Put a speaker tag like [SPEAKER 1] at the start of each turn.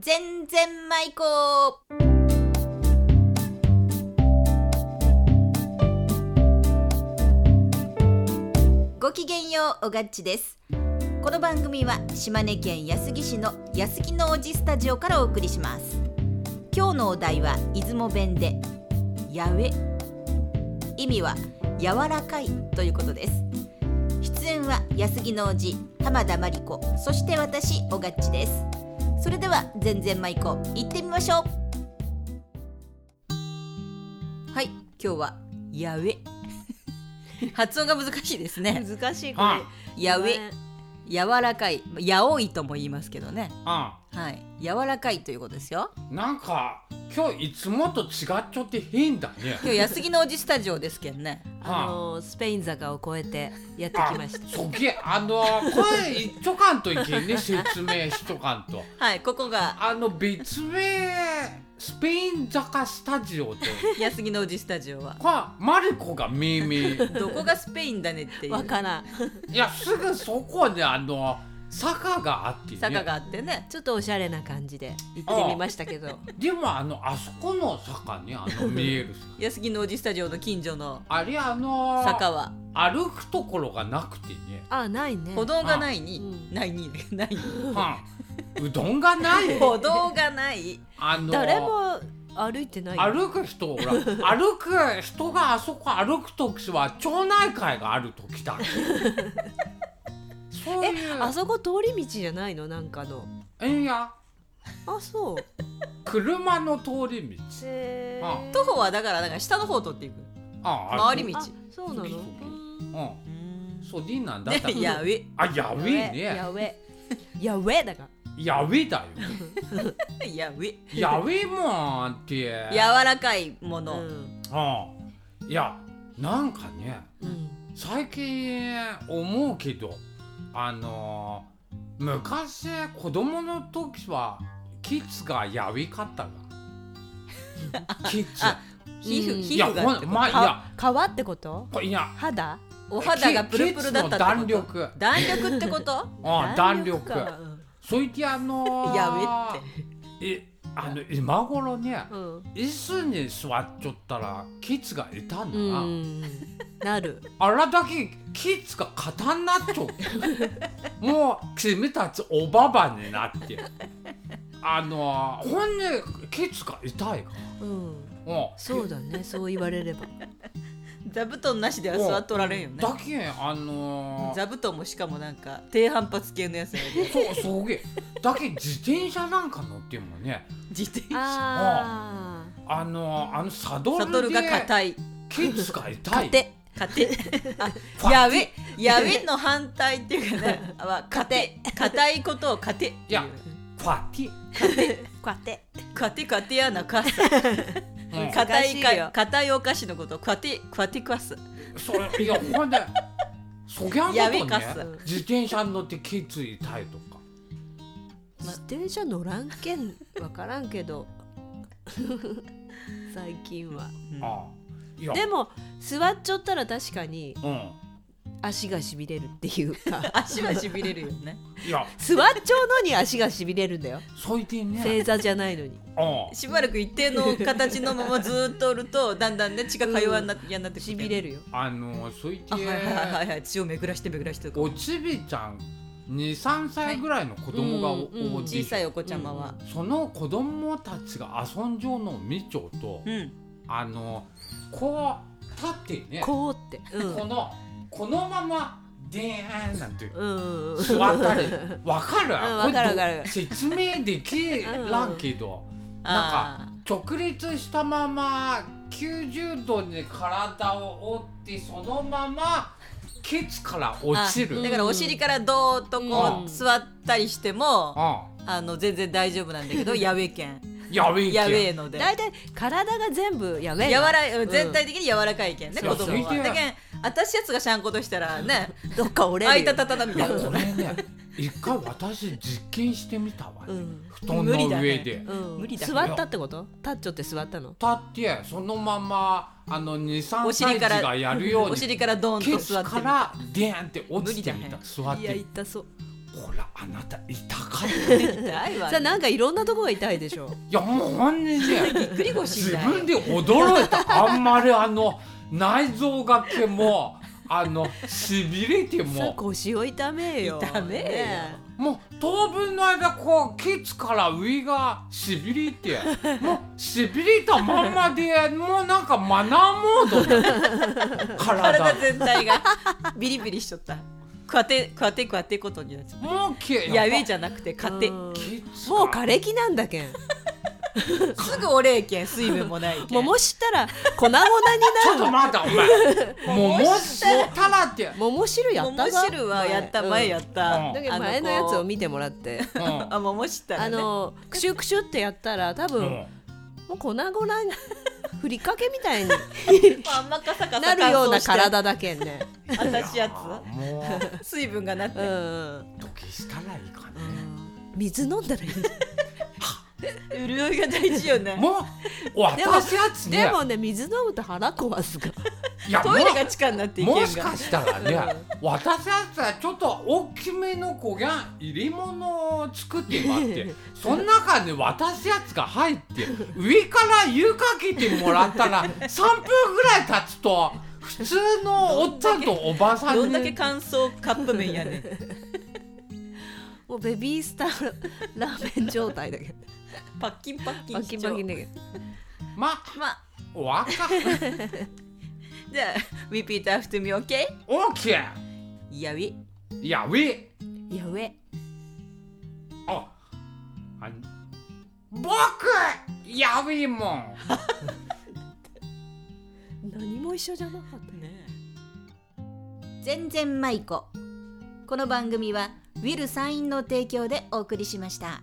[SPEAKER 1] 全然舞子ごきげんようおがっちですこの番組は島根県安来市の安来のおじスタジオからお送りします今日のお題は出雲弁でやべ意味は柔らかいということです出演は安木のおじ浜田真理子そして私おがっちですそれでは全然舞子行ってみましょうはい今日はやべ 発音が難しいですね
[SPEAKER 2] 難しいこ
[SPEAKER 3] あ
[SPEAKER 2] れ。
[SPEAKER 1] やべ柔らかいやおいとも言いますけどね
[SPEAKER 3] あ
[SPEAKER 1] はい柔らかいということですよ
[SPEAKER 3] なんか今日いつもと違っちゃって変だね
[SPEAKER 1] 今日安木のおじスタジオですけんね
[SPEAKER 2] あのスペイン坂を越えてやってきました。
[SPEAKER 3] そげあの声いっとかんといけんね説明しとかんと
[SPEAKER 1] はいここが
[SPEAKER 3] あの別名スペイン坂スタジオと
[SPEAKER 1] 安木のおじスタジオは
[SPEAKER 3] かマルコが命名
[SPEAKER 1] どこがスペインだねっていう
[SPEAKER 2] わからん。
[SPEAKER 3] いやすぐそこにあの坂があってね
[SPEAKER 1] 坂があってね
[SPEAKER 2] ちょっとおしゃれな感じで行ってみましたけど。
[SPEAKER 3] でもあのあそこの坂ねあ の見える坂
[SPEAKER 1] 安木のおじスタジオの近所の
[SPEAKER 3] あれあの
[SPEAKER 1] 坂は
[SPEAKER 3] 歩くところがなくてね、
[SPEAKER 2] あないね。
[SPEAKER 1] 歩道がないに
[SPEAKER 2] うん
[SPEAKER 1] ないに ないに
[SPEAKER 3] うんうどんがな い
[SPEAKER 1] 歩道がない
[SPEAKER 3] あの
[SPEAKER 2] 誰も歩いてないよ。
[SPEAKER 3] 歩く人ほ ら歩く人があそこ歩く時は町内会がある 時だけそういう
[SPEAKER 2] あそこ通り道じゃないのなんかの。
[SPEAKER 3] いや
[SPEAKER 2] あそう。
[SPEAKER 3] 車の通り道
[SPEAKER 2] へー
[SPEAKER 3] あ
[SPEAKER 1] 徒歩はだからなんか下の方を通っていく
[SPEAKER 3] ああ
[SPEAKER 1] 回り道
[SPEAKER 2] あそうなの。
[SPEAKER 3] そ
[SPEAKER 2] うん
[SPEAKER 3] う
[SPEAKER 1] う
[SPEAKER 3] う
[SPEAKER 1] ん
[SPEAKER 3] んそうリンなんだっ た
[SPEAKER 1] でやべ
[SPEAKER 3] あやべえね
[SPEAKER 2] やべ。やべだから。
[SPEAKER 3] やべえ だよ
[SPEAKER 1] やべ
[SPEAKER 3] やべえもんって
[SPEAKER 1] 柔らかいも
[SPEAKER 2] う
[SPEAKER 1] の
[SPEAKER 2] ん。
[SPEAKER 3] うんいやなんかね
[SPEAKER 2] うん。
[SPEAKER 3] 最近思うけどあのー昔子供の時はキッズがやびかったがキッ
[SPEAKER 1] あ
[SPEAKER 3] ズ
[SPEAKER 1] 皮膚
[SPEAKER 2] うん
[SPEAKER 1] 皮
[SPEAKER 3] いや
[SPEAKER 1] 膚がっ
[SPEAKER 3] ほ
[SPEAKER 1] て
[SPEAKER 3] ん
[SPEAKER 1] こと
[SPEAKER 3] まあいや
[SPEAKER 2] か皮ってこと？
[SPEAKER 3] こいや
[SPEAKER 2] 肌？
[SPEAKER 1] お肌がプルプルだったってこと
[SPEAKER 3] キッズの弾力
[SPEAKER 1] 弾力ってこと
[SPEAKER 3] あ弾力
[SPEAKER 2] かうん
[SPEAKER 3] そいてあの ー、
[SPEAKER 1] や
[SPEAKER 3] べえあの今頃ね
[SPEAKER 2] うん。
[SPEAKER 3] 椅子に座っちゃったらキッズがいたんだ
[SPEAKER 2] う
[SPEAKER 3] な、
[SPEAKER 2] ん。なる。
[SPEAKER 3] あらだけキッズが肩になっちゃうもう君たちおばばになってあのほんでキッズが痛いか
[SPEAKER 2] うん。
[SPEAKER 3] らうん
[SPEAKER 2] そうだね。そう言われれば。
[SPEAKER 1] 座布団なしでは座っとられんよね
[SPEAKER 3] だけあのー、
[SPEAKER 1] 座布団もしかもなんか低反発系のやつやで
[SPEAKER 3] そうそうげだけ自転車なんか乗ってもね
[SPEAKER 1] 自転車
[SPEAKER 2] あ
[SPEAKER 3] あのー、あのサド
[SPEAKER 1] サド
[SPEAKER 3] ル
[SPEAKER 1] ル
[SPEAKER 3] で
[SPEAKER 1] が硬い
[SPEAKER 3] キッズが痛い
[SPEAKER 1] て勝てあやべやべの反対っていうかねは勝て硬いことを勝て
[SPEAKER 3] いやファティ、
[SPEAKER 2] あ。こうやって。
[SPEAKER 1] 勝て勝てやなかす
[SPEAKER 3] うん
[SPEAKER 1] 硬
[SPEAKER 2] 難し
[SPEAKER 1] い
[SPEAKER 2] い
[SPEAKER 1] か
[SPEAKER 2] よ
[SPEAKER 1] 硬いお菓子のことを勝て勝てかす
[SPEAKER 3] それいやほんでそぎゃんこ
[SPEAKER 1] や
[SPEAKER 3] と
[SPEAKER 1] べ
[SPEAKER 3] ね
[SPEAKER 1] かす
[SPEAKER 3] 自転車に乗ってキッズ痛いとか
[SPEAKER 2] 自転車乗らんけんわからんけど 最近は
[SPEAKER 3] ああいや
[SPEAKER 2] でも座っちゃったら確かに
[SPEAKER 3] うん
[SPEAKER 2] 足がしびれるっていうか
[SPEAKER 1] 足はしびれるよね
[SPEAKER 3] いや
[SPEAKER 2] 座っちゃうのに足がしびれるんだよ
[SPEAKER 3] そいでね。
[SPEAKER 2] 正座じゃないのに
[SPEAKER 3] うん。
[SPEAKER 1] しばらく一定の形のままずーっとおるとだんだんね血がか弱になって嫌になって
[SPEAKER 2] しびれるよ
[SPEAKER 3] あのそい
[SPEAKER 1] あはいはいは
[SPEAKER 3] で
[SPEAKER 1] いはい血を巡らして巡らして
[SPEAKER 3] おちびちゃん二三歳ぐらいの子供がお
[SPEAKER 2] はいうん
[SPEAKER 3] お
[SPEAKER 1] 小
[SPEAKER 3] じ
[SPEAKER 1] さいお子ちゃまは
[SPEAKER 3] その子供たちが遊んじょうのを見ちょうと
[SPEAKER 1] うん、
[SPEAKER 3] あのこう立ってねこ
[SPEAKER 2] こうってうん
[SPEAKER 3] のこのままでーんなんて
[SPEAKER 2] うん
[SPEAKER 3] 座ったりわかる
[SPEAKER 2] うんわかるわかる
[SPEAKER 3] これ説明できらんけどなん
[SPEAKER 1] あ
[SPEAKER 3] 直立したまま90度に体を折ってそのままケツから
[SPEAKER 1] ー
[SPEAKER 3] 落ちる。
[SPEAKER 1] あ
[SPEAKER 3] う
[SPEAKER 1] だからお尻からどーっとこ
[SPEAKER 3] う
[SPEAKER 1] うん座ったりしても、
[SPEAKER 3] ん
[SPEAKER 1] あの全然大丈夫なんだけ どやべえけん
[SPEAKER 3] やべえけん
[SPEAKER 1] やべえので
[SPEAKER 2] 大体体が全部やべえ
[SPEAKER 1] 柔
[SPEAKER 2] な
[SPEAKER 1] らい全体的に柔らかいけんね、
[SPEAKER 3] うん
[SPEAKER 1] 子供
[SPEAKER 3] そう
[SPEAKER 1] はだけん私やつがしゃんことしたらね
[SPEAKER 2] どっか折れ
[SPEAKER 1] あ
[SPEAKER 2] る
[SPEAKER 1] いたたたたみ
[SPEAKER 3] い
[SPEAKER 1] た
[SPEAKER 3] や
[SPEAKER 1] いな
[SPEAKER 3] これね一回私実験してみたわ、ね
[SPEAKER 2] うん
[SPEAKER 3] 布団
[SPEAKER 1] 無理
[SPEAKER 3] の
[SPEAKER 1] だね
[SPEAKER 3] 上で、
[SPEAKER 2] うん
[SPEAKER 1] 無理だ
[SPEAKER 2] 座ったってことタッチョって座ったの
[SPEAKER 3] 立ってそのままあの
[SPEAKER 1] お
[SPEAKER 3] 23歳
[SPEAKER 1] 尻
[SPEAKER 3] 児
[SPEAKER 1] から
[SPEAKER 3] がやるよう
[SPEAKER 1] お
[SPEAKER 3] に
[SPEAKER 1] 尻からドーンと
[SPEAKER 3] ケ
[SPEAKER 1] 座
[SPEAKER 3] ツ
[SPEAKER 1] って
[SPEAKER 3] か
[SPEAKER 1] る
[SPEAKER 3] らデーンって落ちてみ
[SPEAKER 1] 無理だ
[SPEAKER 3] た
[SPEAKER 1] ね
[SPEAKER 3] 座っ
[SPEAKER 2] いや
[SPEAKER 3] て
[SPEAKER 2] 痛そう
[SPEAKER 3] ほらあなた痛かった
[SPEAKER 1] 痛いわ
[SPEAKER 2] さあなんかいろんなとこが痛いでしょ
[SPEAKER 3] いやもう本音じゃん
[SPEAKER 1] びっくり腰
[SPEAKER 3] 自
[SPEAKER 1] だよ
[SPEAKER 3] 分で驚い たあんまりあの内臓がけもあのしびれて
[SPEAKER 2] さあ
[SPEAKER 3] も
[SPEAKER 2] 腰を痛めよ
[SPEAKER 1] 痛めよ
[SPEAKER 2] ね
[SPEAKER 3] もう当分の間こうケツから上がしびれてもうしびれたまんまでもうなんかマナーモード だ体
[SPEAKER 1] 体全体が ビリビリしちゃ った勝て勝て勝てことになっちゃっ
[SPEAKER 3] もうけ
[SPEAKER 1] たやべえじゃなくて勝て
[SPEAKER 2] うんも
[SPEAKER 3] ケツ
[SPEAKER 2] う
[SPEAKER 3] か
[SPEAKER 2] 枯れ木なんだけん
[SPEAKER 1] すぐお礼券水分もないけん
[SPEAKER 2] ももしたら粉々にな
[SPEAKER 3] ちょっ
[SPEAKER 2] る
[SPEAKER 3] と待ったお前 もうもしたらって、うん、
[SPEAKER 2] 桃汁やった
[SPEAKER 1] 桃
[SPEAKER 2] が
[SPEAKER 1] 汁はやった
[SPEAKER 2] うん
[SPEAKER 1] 前やった、
[SPEAKER 3] うん
[SPEAKER 2] だけど前のやつを見てもらって
[SPEAKER 1] あ桃したら
[SPEAKER 2] あ
[SPEAKER 1] ね
[SPEAKER 2] のクシュクシュってやったら多分、
[SPEAKER 3] うん
[SPEAKER 2] もう粉々にふりかけみたいに
[SPEAKER 1] あんまカサカサ
[SPEAKER 2] なるような
[SPEAKER 1] 乾燥
[SPEAKER 2] 体だけんね
[SPEAKER 1] して私や
[SPEAKER 3] もう
[SPEAKER 1] つ水分がなって、
[SPEAKER 2] うんうん
[SPEAKER 3] 時したらいいかね
[SPEAKER 2] 水飲んだらいいんだ
[SPEAKER 1] 潤いが大事よね
[SPEAKER 3] もう私やつね
[SPEAKER 2] でもね水飲むと腹壊すから
[SPEAKER 3] いやも
[SPEAKER 1] トイレが地下になっていけんが
[SPEAKER 3] もしかしたらね私やつはちょっと大きめの子が入れ物を作ってもら ってその中に私やつが入って上から湯かけてもらったら3分 ぐらい経つと普通のおっちゃんとおばさ
[SPEAKER 1] ど
[SPEAKER 3] ん
[SPEAKER 1] ん
[SPEAKER 3] に
[SPEAKER 1] だけ乾燥カップ麺やねん
[SPEAKER 2] もうベビースターラーメン状態だけど
[SPEAKER 1] パッキンパッキン
[SPEAKER 2] バキバキだけど
[SPEAKER 3] まあ
[SPEAKER 1] まあ
[SPEAKER 3] お若
[SPEAKER 1] じゃあ repeat after me okay?
[SPEAKER 3] オーケ
[SPEAKER 1] やび
[SPEAKER 3] ーいやウィ
[SPEAKER 1] やべ
[SPEAKER 3] ああ僕やべえもん
[SPEAKER 2] 何も一緒じゃなかったね
[SPEAKER 1] ね全然舞子この番組はウィル・サインの提供でお送りしました。